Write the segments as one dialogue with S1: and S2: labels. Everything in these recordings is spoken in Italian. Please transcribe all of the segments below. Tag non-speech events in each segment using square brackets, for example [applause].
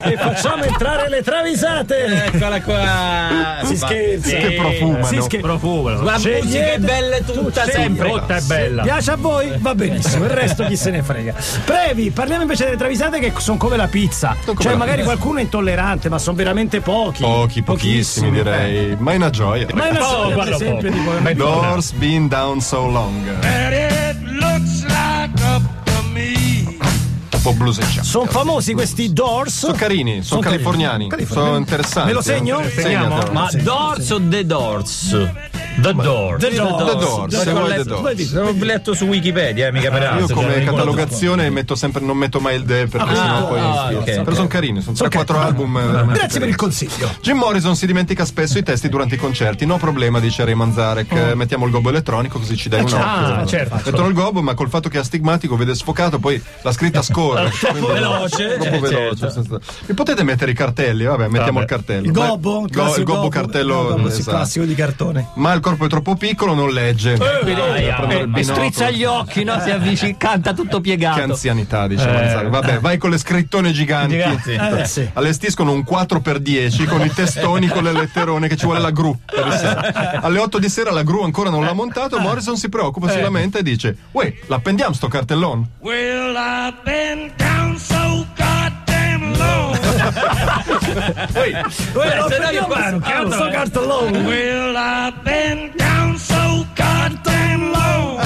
S1: e facciamo entrare le travisate.
S2: Eccola Ecco qua.
S1: Si scherza.
S2: Che
S3: profumano.
S1: Si scherza.
S2: La
S1: Scegliete
S2: musica è bella e tutta
S1: tu-
S2: sempre.
S1: scegliete.
S4: Tutta è bella.
S1: Piace a voi? Va benissimo, il resto chi se ne frega. Previ, parliamo invece delle travisate che sono come la pizza.
S3: come
S1: Cioè,
S3: la
S1: magari qualcuno è intollerante, ma sono veramente pochi.
S3: Pochi, pochissimi direi, ma è una gioia.
S1: eh. Ma è una
S4: Oh,
S1: storia, per
S4: guarda
S1: esempio,
S4: poco.
S1: di come-
S4: Ma è
S3: Doors been down so long.
S5: And it looks like up to me.
S3: Un po' bluseggiato.
S1: Sono famosi questi Doors.
S3: Sono carini, sono
S1: Sono carini.
S3: californiani, sono interessanti.
S1: Me lo segno?
S3: eh.
S4: Segniamo?
S3: Segnatelo.
S2: Ma Doors o The Doors?
S4: The Door.
S1: The Doors.
S3: The Doors, se vuoi The
S2: L'ho
S3: Doors.
S2: letto- l'ho letto su Wikipedia, eh, mica per
S3: Io
S2: altro.
S3: come catalogazione metto sempre, non metto mai il de perché
S1: Ah,
S3: sennò poi.
S2: ah, ok,
S3: Però
S2: ok.
S3: sono carini, sono 3-4
S1: Ok.
S3: album. eh, veramente
S1: Grazie per
S3: carini.
S1: il consiglio.
S3: Jim Morrison si dimentica spesso i testi durante i concerti, no problema, dice Ray Manzarek.
S1: Oh.
S3: eh, Mettiamo il gobbo elettronico così
S1: Eh,
S3: ci dai un occhio.
S4: Ah, certo.
S3: Metterò il gobbo, ma col fatto che è astigmatico vede sfocato, poi la scritta scorre. Quindi-
S2: veloce.
S3: Troppo
S2: Eh,
S3: veloce. senza- Mi potete mettere i cartelli? Vabbè,
S4: Vabbè.
S3: mettiamo il cartello.
S1: Il
S3: Ma-
S1: gobbo,
S3: go- il gobbo cartello.
S1: il gobbo, sì,
S3: esatto.
S1: classico di cartone.
S3: Ma il corpo è troppo piccolo, non legge. Quindi deve prendere il binocolo.
S2: occhi, no? Si avvicina, canta tutto
S3: Che
S2: piegato.
S3: anzianità, diciamo. Manzarek. Vabbè, vai con le scrittone giganti.
S4: Giganti.
S1: Eh, sì.
S3: Allestiscono un 4x10 con i testoni con le letterone che ci vuole la gru. per essere. Alle 8 di sera la gru ancora non l'ha montato. Morrison si preoccupa, si lamenta e dice: Uè, l'appendiamo sto cartellone.
S5: Well, I've been down so goddamn long.
S1: Eh,
S2: se no io
S1: Mano,
S2: passo-
S1: che non sto cartellone.
S5: well, I've been down so goddamn long.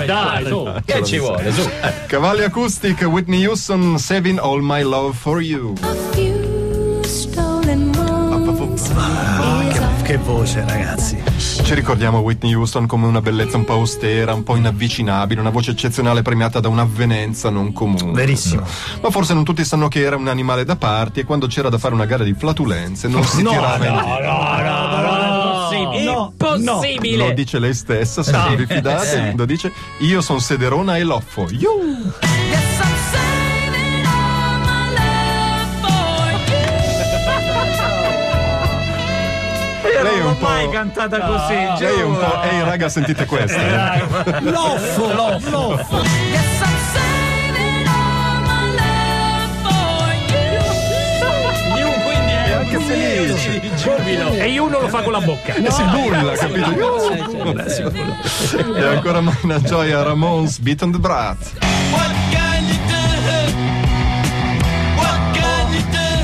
S4: Eh, dai, su.
S2: Che ci vuole, su.
S3: Cavalli Acoustic, Whitney Houston, Saving All My Love for You.
S6: A few stolen moments is all
S1: Che voce, ragazzi.
S3: Ci ricordiamo Whitney Houston come una bellezza un po' austera, un po' inavvicinabile, una voce eccezionale premiata da un'avvenenza non comune.
S1: Verissimo.
S3: Ma forse non tutti sanno che era un animale da parti e quando c'era da fare una gara di flatulenze non
S2: [laughs]
S3: si tirava indietro.
S1: No,
S2: Impossibile.
S3: Lo dice lei stessa, se non vi
S2: Eh.
S3: fidate, lo dice io sono sederona e loffo. Iuh!
S6: Yes, I'm saving all my love for you.
S3: Lei è un po'...
S2: cantata così.
S3: Lei è un po'... Ehi raga, sentite questa. eh.
S1: Loffo, loffo.
S6: Yes, I'm saving all my love for you.
S2: quindi è
S3: Anche felice.
S2: giubilo.
S4: E uno lo fa con la bocca.
S3: E Eh, si bulla, capito? Iuh! E ancora mai una gioia Ramones, Beat on the Brat.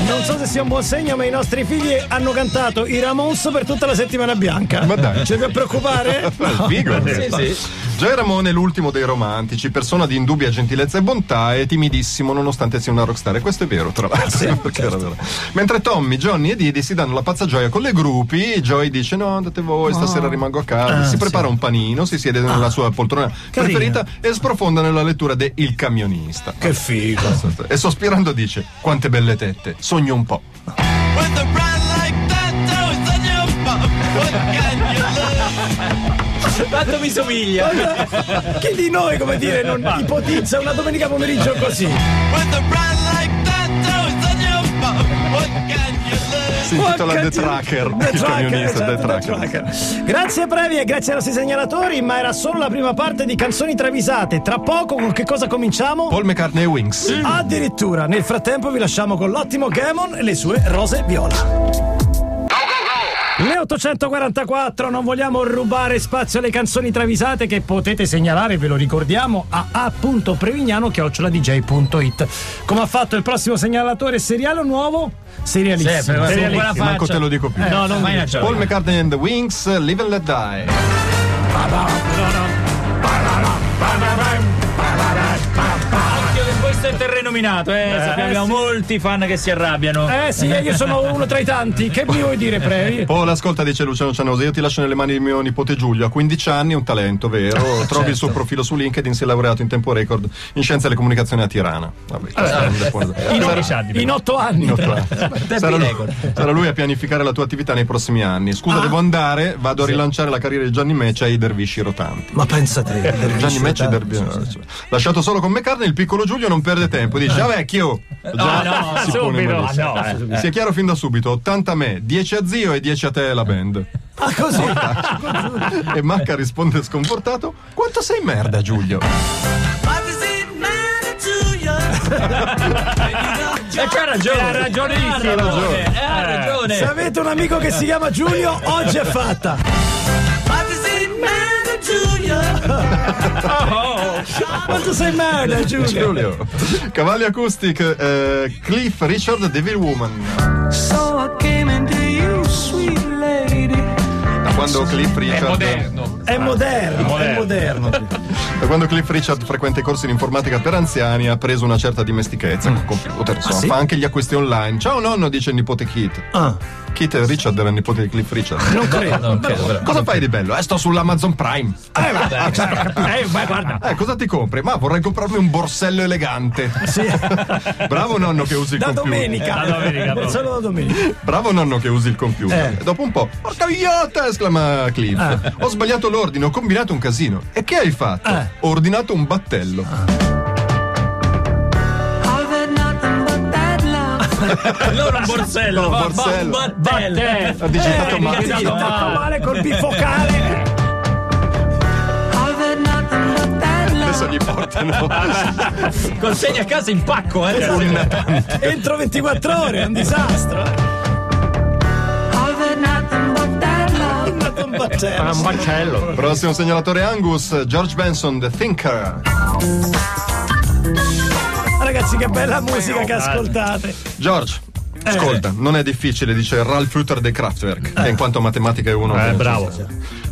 S1: Non so se sia un buon segno, ma i nostri figli hanno cantato i Ramones per tutta la settimana bianca.
S3: Ma dai.
S1: C'è da
S3: [laughs]
S1: preoccupare? No.
S3: Figo.
S2: Sì, sì.
S3: Gioia Ramone è l'ultimo dei romantici, persona di indubbia gentilezza e bontà e timidissimo nonostante sia una rockstar. E questo è vero, tra l'altro. [laughs] perché era vero. Mentre Tommy, Johnny e Didi si danno la pazza gioia con le gruppi, Joy dice no, andate voi, stasera rimango a casa. si prepara un panino, si siede nella sua poltrona
S1: Carina.
S3: preferita e sprofonda nella lettura de Il camionista.
S1: Che figo.
S3: E sospirando dice, quante belle tette, sogno un po'.
S2: Tanto mi somiglia.
S1: Chi di noi, come dire, non ipotizza una domenica pomeriggio così?
S3: Si intitola The Tracker,
S1: The
S3: il
S1: Tracker,
S3: camionista
S1: esatto,
S3: The Tracker.
S1: Grazie Previ e grazie ai nostri segnalatori, ma era solo la prima parte di canzoni travisate. Tra poco con che cosa cominciamo?
S3: Paul McCartney e Wings.
S1: Addirittura, nel frattempo vi lasciamo con l'ottimo Gamon e le sue rose viola. Le 844, non vogliamo rubare spazio alle canzoni travisate che potete segnalare, ve lo ricordiamo, a a.prevignano.dj.it. Come ha fatto il prossimo segnalatore seriale o nuovo? Serialissimo.
S2: Sempre, ma
S1: Serialissimo.
S2: con quella faccia.
S3: Manco te lo dico più.
S1: Eh,
S2: No, non mai una gioia.
S3: Paul McCartney and the Wings, Live and Let Die.
S2: Occhio che questo è terreno minato, eh. Sappiamo, abbiamo
S1: sì.
S2: molti fan che si arrabbiano.
S1: Eh sì, io sono uno tra i tanti. Che mi vuoi dire,
S2: [laughs]
S1: Previ?
S3: Paul, ascolta, dice Luciano Cianosa, io ti lascio nelle mani di mio nipote Giulio, a 15 anni, un talento vero. Trovi il suo profilo su LinkedIn, si è laureato in tempo record in scienze delle comunicazioni a Tirana. Vabbè, questo non depone-
S4: In 11 anni.
S1: In otto anni. [laughs]
S3: No, tra- sarà, lui, sarà lui a pianificare la tua attività nei prossimi anni.
S4: Ah.
S3: Scusa, devo andare, vado a rilanciare la carriera di Gianni Meccia e i dervisci rotanti.
S1: Ma pensa te.
S3: Gianni Meccia e i dervisci. eh, Lasciato solo con McCartney, il piccolo Giulio non perde tempo. Dice, ah vecchio! Già
S4: no,
S1: [laughs]
S3: si pone in
S4: subito.
S3: maniera-
S4: Ah, no, eh.
S3: Sia chiaro fin da subito, 80 a me, 10 a zio e 10 a te la band.
S1: Ah, così?
S3: [laughs] E Macca risponde sconfortato, quanto sei merda Giulio?
S2: E c'ha ragione. Ha ragionissimo. Ha ragione.
S3: ragione.
S2: eh, Ha ragione.
S1: Se avete un amico che si chiama Giulio, oggi è fatta.
S5: What does it matter to you?
S1: Quanto sei merda, Giulio?
S3: Giulio. [laughs] Cavalli Acoustic, eh, Cliff Richard, Devil Woman.
S5: So I came into you, sweet lady.
S3: Da quando Cliff Richard.
S1: È Ah, moderno, è moderno.
S3: Da quando Cliff Richard frequenta i corsi di informatica per anziani ha preso una certa dimestichezza con computer. insomma,
S1: Mm. Ah, sì?
S3: Fa anche gli acquisti online. Ciao nonno, dice il nipote Kit.
S1: Ah,
S3: Kit Richard era il nipote di Cliff Richard.
S1: [laughs] non credo.
S3: Cosa fai di bello? Eh, sto sull'Amazon Prime.
S1: Eh,
S3: [laughs]
S1: vabbè, cioè,
S4: Eh, ma guarda.
S3: Eh, cosa ti compri? Ma vorrei comprarmi un borsello elegante.
S1: [laughs] sì.
S3: Bravo nonno che usi il
S1: Da
S3: computer.
S1: domenica.
S4: Da domenica,
S1: Eh, Solo da domenica.
S3: Bravo nonno che usi il computer.
S1: Eh. Ah.
S3: E dopo un po', porca iota! esclama Cliff. Ho sbagliato l'ordine, ho combinato un casino. E che hai fatto?
S1: Eh.
S3: Ho ordinato un battello.
S1: Ah.
S5: I've had nothing but that love.
S2: Allora un borsello.
S3: No,
S2: va- va-
S3: borsello.
S2: un battello.
S3: Ha digitato
S1: Ma
S3: male.
S1: Eh, ti fatto male col bifocale.
S5: I've had nothing but that
S3: Adesso
S5: love.
S1: [laughs]
S3: gli portano
S2: Consegna a casa in pacco, eh.
S1: Entro 24 ore, è un disastro. eh.
S5: I've had nothing but that love.
S1: Un battello.
S4: Un baccello.
S3: Prossimo segnalatore Angus, George Benson, The Thinker.
S1: Ragazzi, che bella musica che ascoltate.
S3: George.
S2: Eh.
S3: Ascolta, non è difficile, dice Ralph Luther de Kraftwerk, che in quanto a matematica è uno.
S4: Eh,
S3: che-
S4: bravo.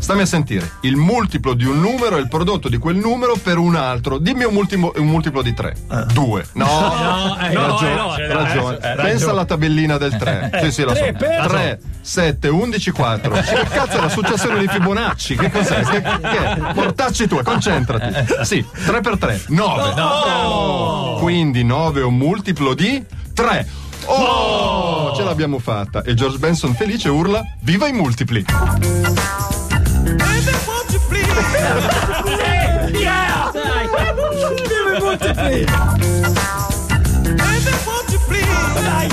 S3: Stammi a sentire, il multiplo di un numero è il prodotto di quel numero per un altro. Dimmi un, multimo- un multiplo di 3. 2. No,
S2: Eh. No, eh, no,
S3: ragione,
S2: eh, no.
S4: eh,
S3: ragione.
S4: eh, ragione.
S3: Pensa alla tabellina del 3. Sì, sì, la so.
S1: Tre per-
S3: 3, 7, 11, 4. Che cazzo è la successione di Fibonacci? Che cos'è? Che, che è? Mortacci tua, concentrati. Sì, 3 per 3, 9. Quindi 9 è un multiplo di 3. Oh, ce l'abbiamo fatta. E George Benson felice urla: Viva i multipli!
S1: Dove molti [laughs] prima. Dai,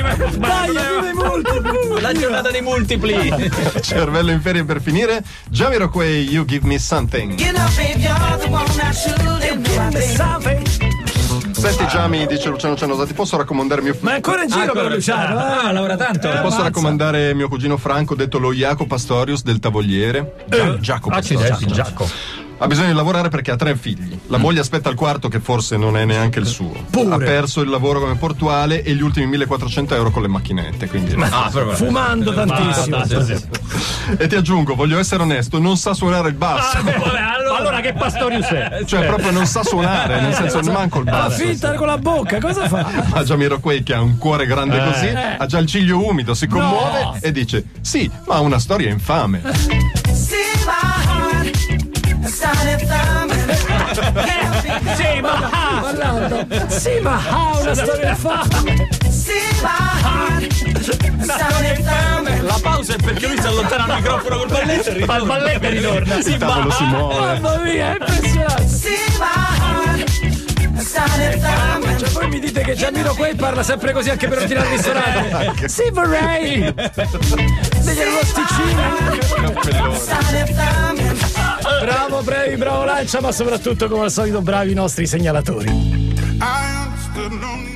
S1: ragazzi, dai, dove molti
S2: La giornata dei multipli.
S3: Cervello in ferie per finire. Jamiroquai, you give me something.
S7: You know, babe, you're the one I should invite.
S3: Senti, Jami, dice Luciano Cianosati, posso raccomandare mio.
S1: Ma è ancora in giro per Luciano, eh?
S2: Ah, lavora tanto.
S3: Posso raccomandare mio cugino Franco, detto lo Iaco Pastorius del Tavoliere? Gia- Giacomo.
S4: Accidenti,
S3: Pastorius.
S4: Giacomo.
S3: Ha bisogno di lavorare perché ha tre figli. La moglie aspetta il quarto, che forse non è neanche il suo. Ha perso il lavoro come portuale e gli ultimi 1400 euro con le macchinette. Quindi.
S2: Ah, però vabbè.
S1: Fumando tantissimo.
S3: E ti aggiungo, voglio essere onesto, non sa suonare il basso.
S4: Vabbè, allora, allora che Pastorius è?
S3: Cioè, proprio non sa suonare, nel senso, non manco il
S1: Fa
S3: basso.
S1: Ah, finta con la bocca, cosa fa?
S3: Ma Jamiroquai che ha un cuore grande così, ha già il ciglio umido, si commuove e dice: Sì, ma ha una storia infame.
S7: See my heart started thumping. Can't be done.
S1: [laughs] Sì, ma ha! Parlando. Sì, ma ha una storia fa!
S7: See my heart started thumping.
S2: La pausa è perché lui si allontana dal microfono col balletto e ritorna.
S4: Al balletto ritorna.
S3: Il
S1: ah.
S3: tavolo si muove.
S1: Mamma mia, è impressionante!
S7: See my heart started thumping.
S1: Cioè, voi mi dite che Giannino Eh. Quay parla sempre così anche per ordinare il ristorante? Sì, vorrei! [laughs] Degli arrosticini!
S7: Started thumping.
S1: Bravo, bravi, bravo Lancia, ma soprattutto come al solito bravi i nostri segnalatori.
S8: I understood no need.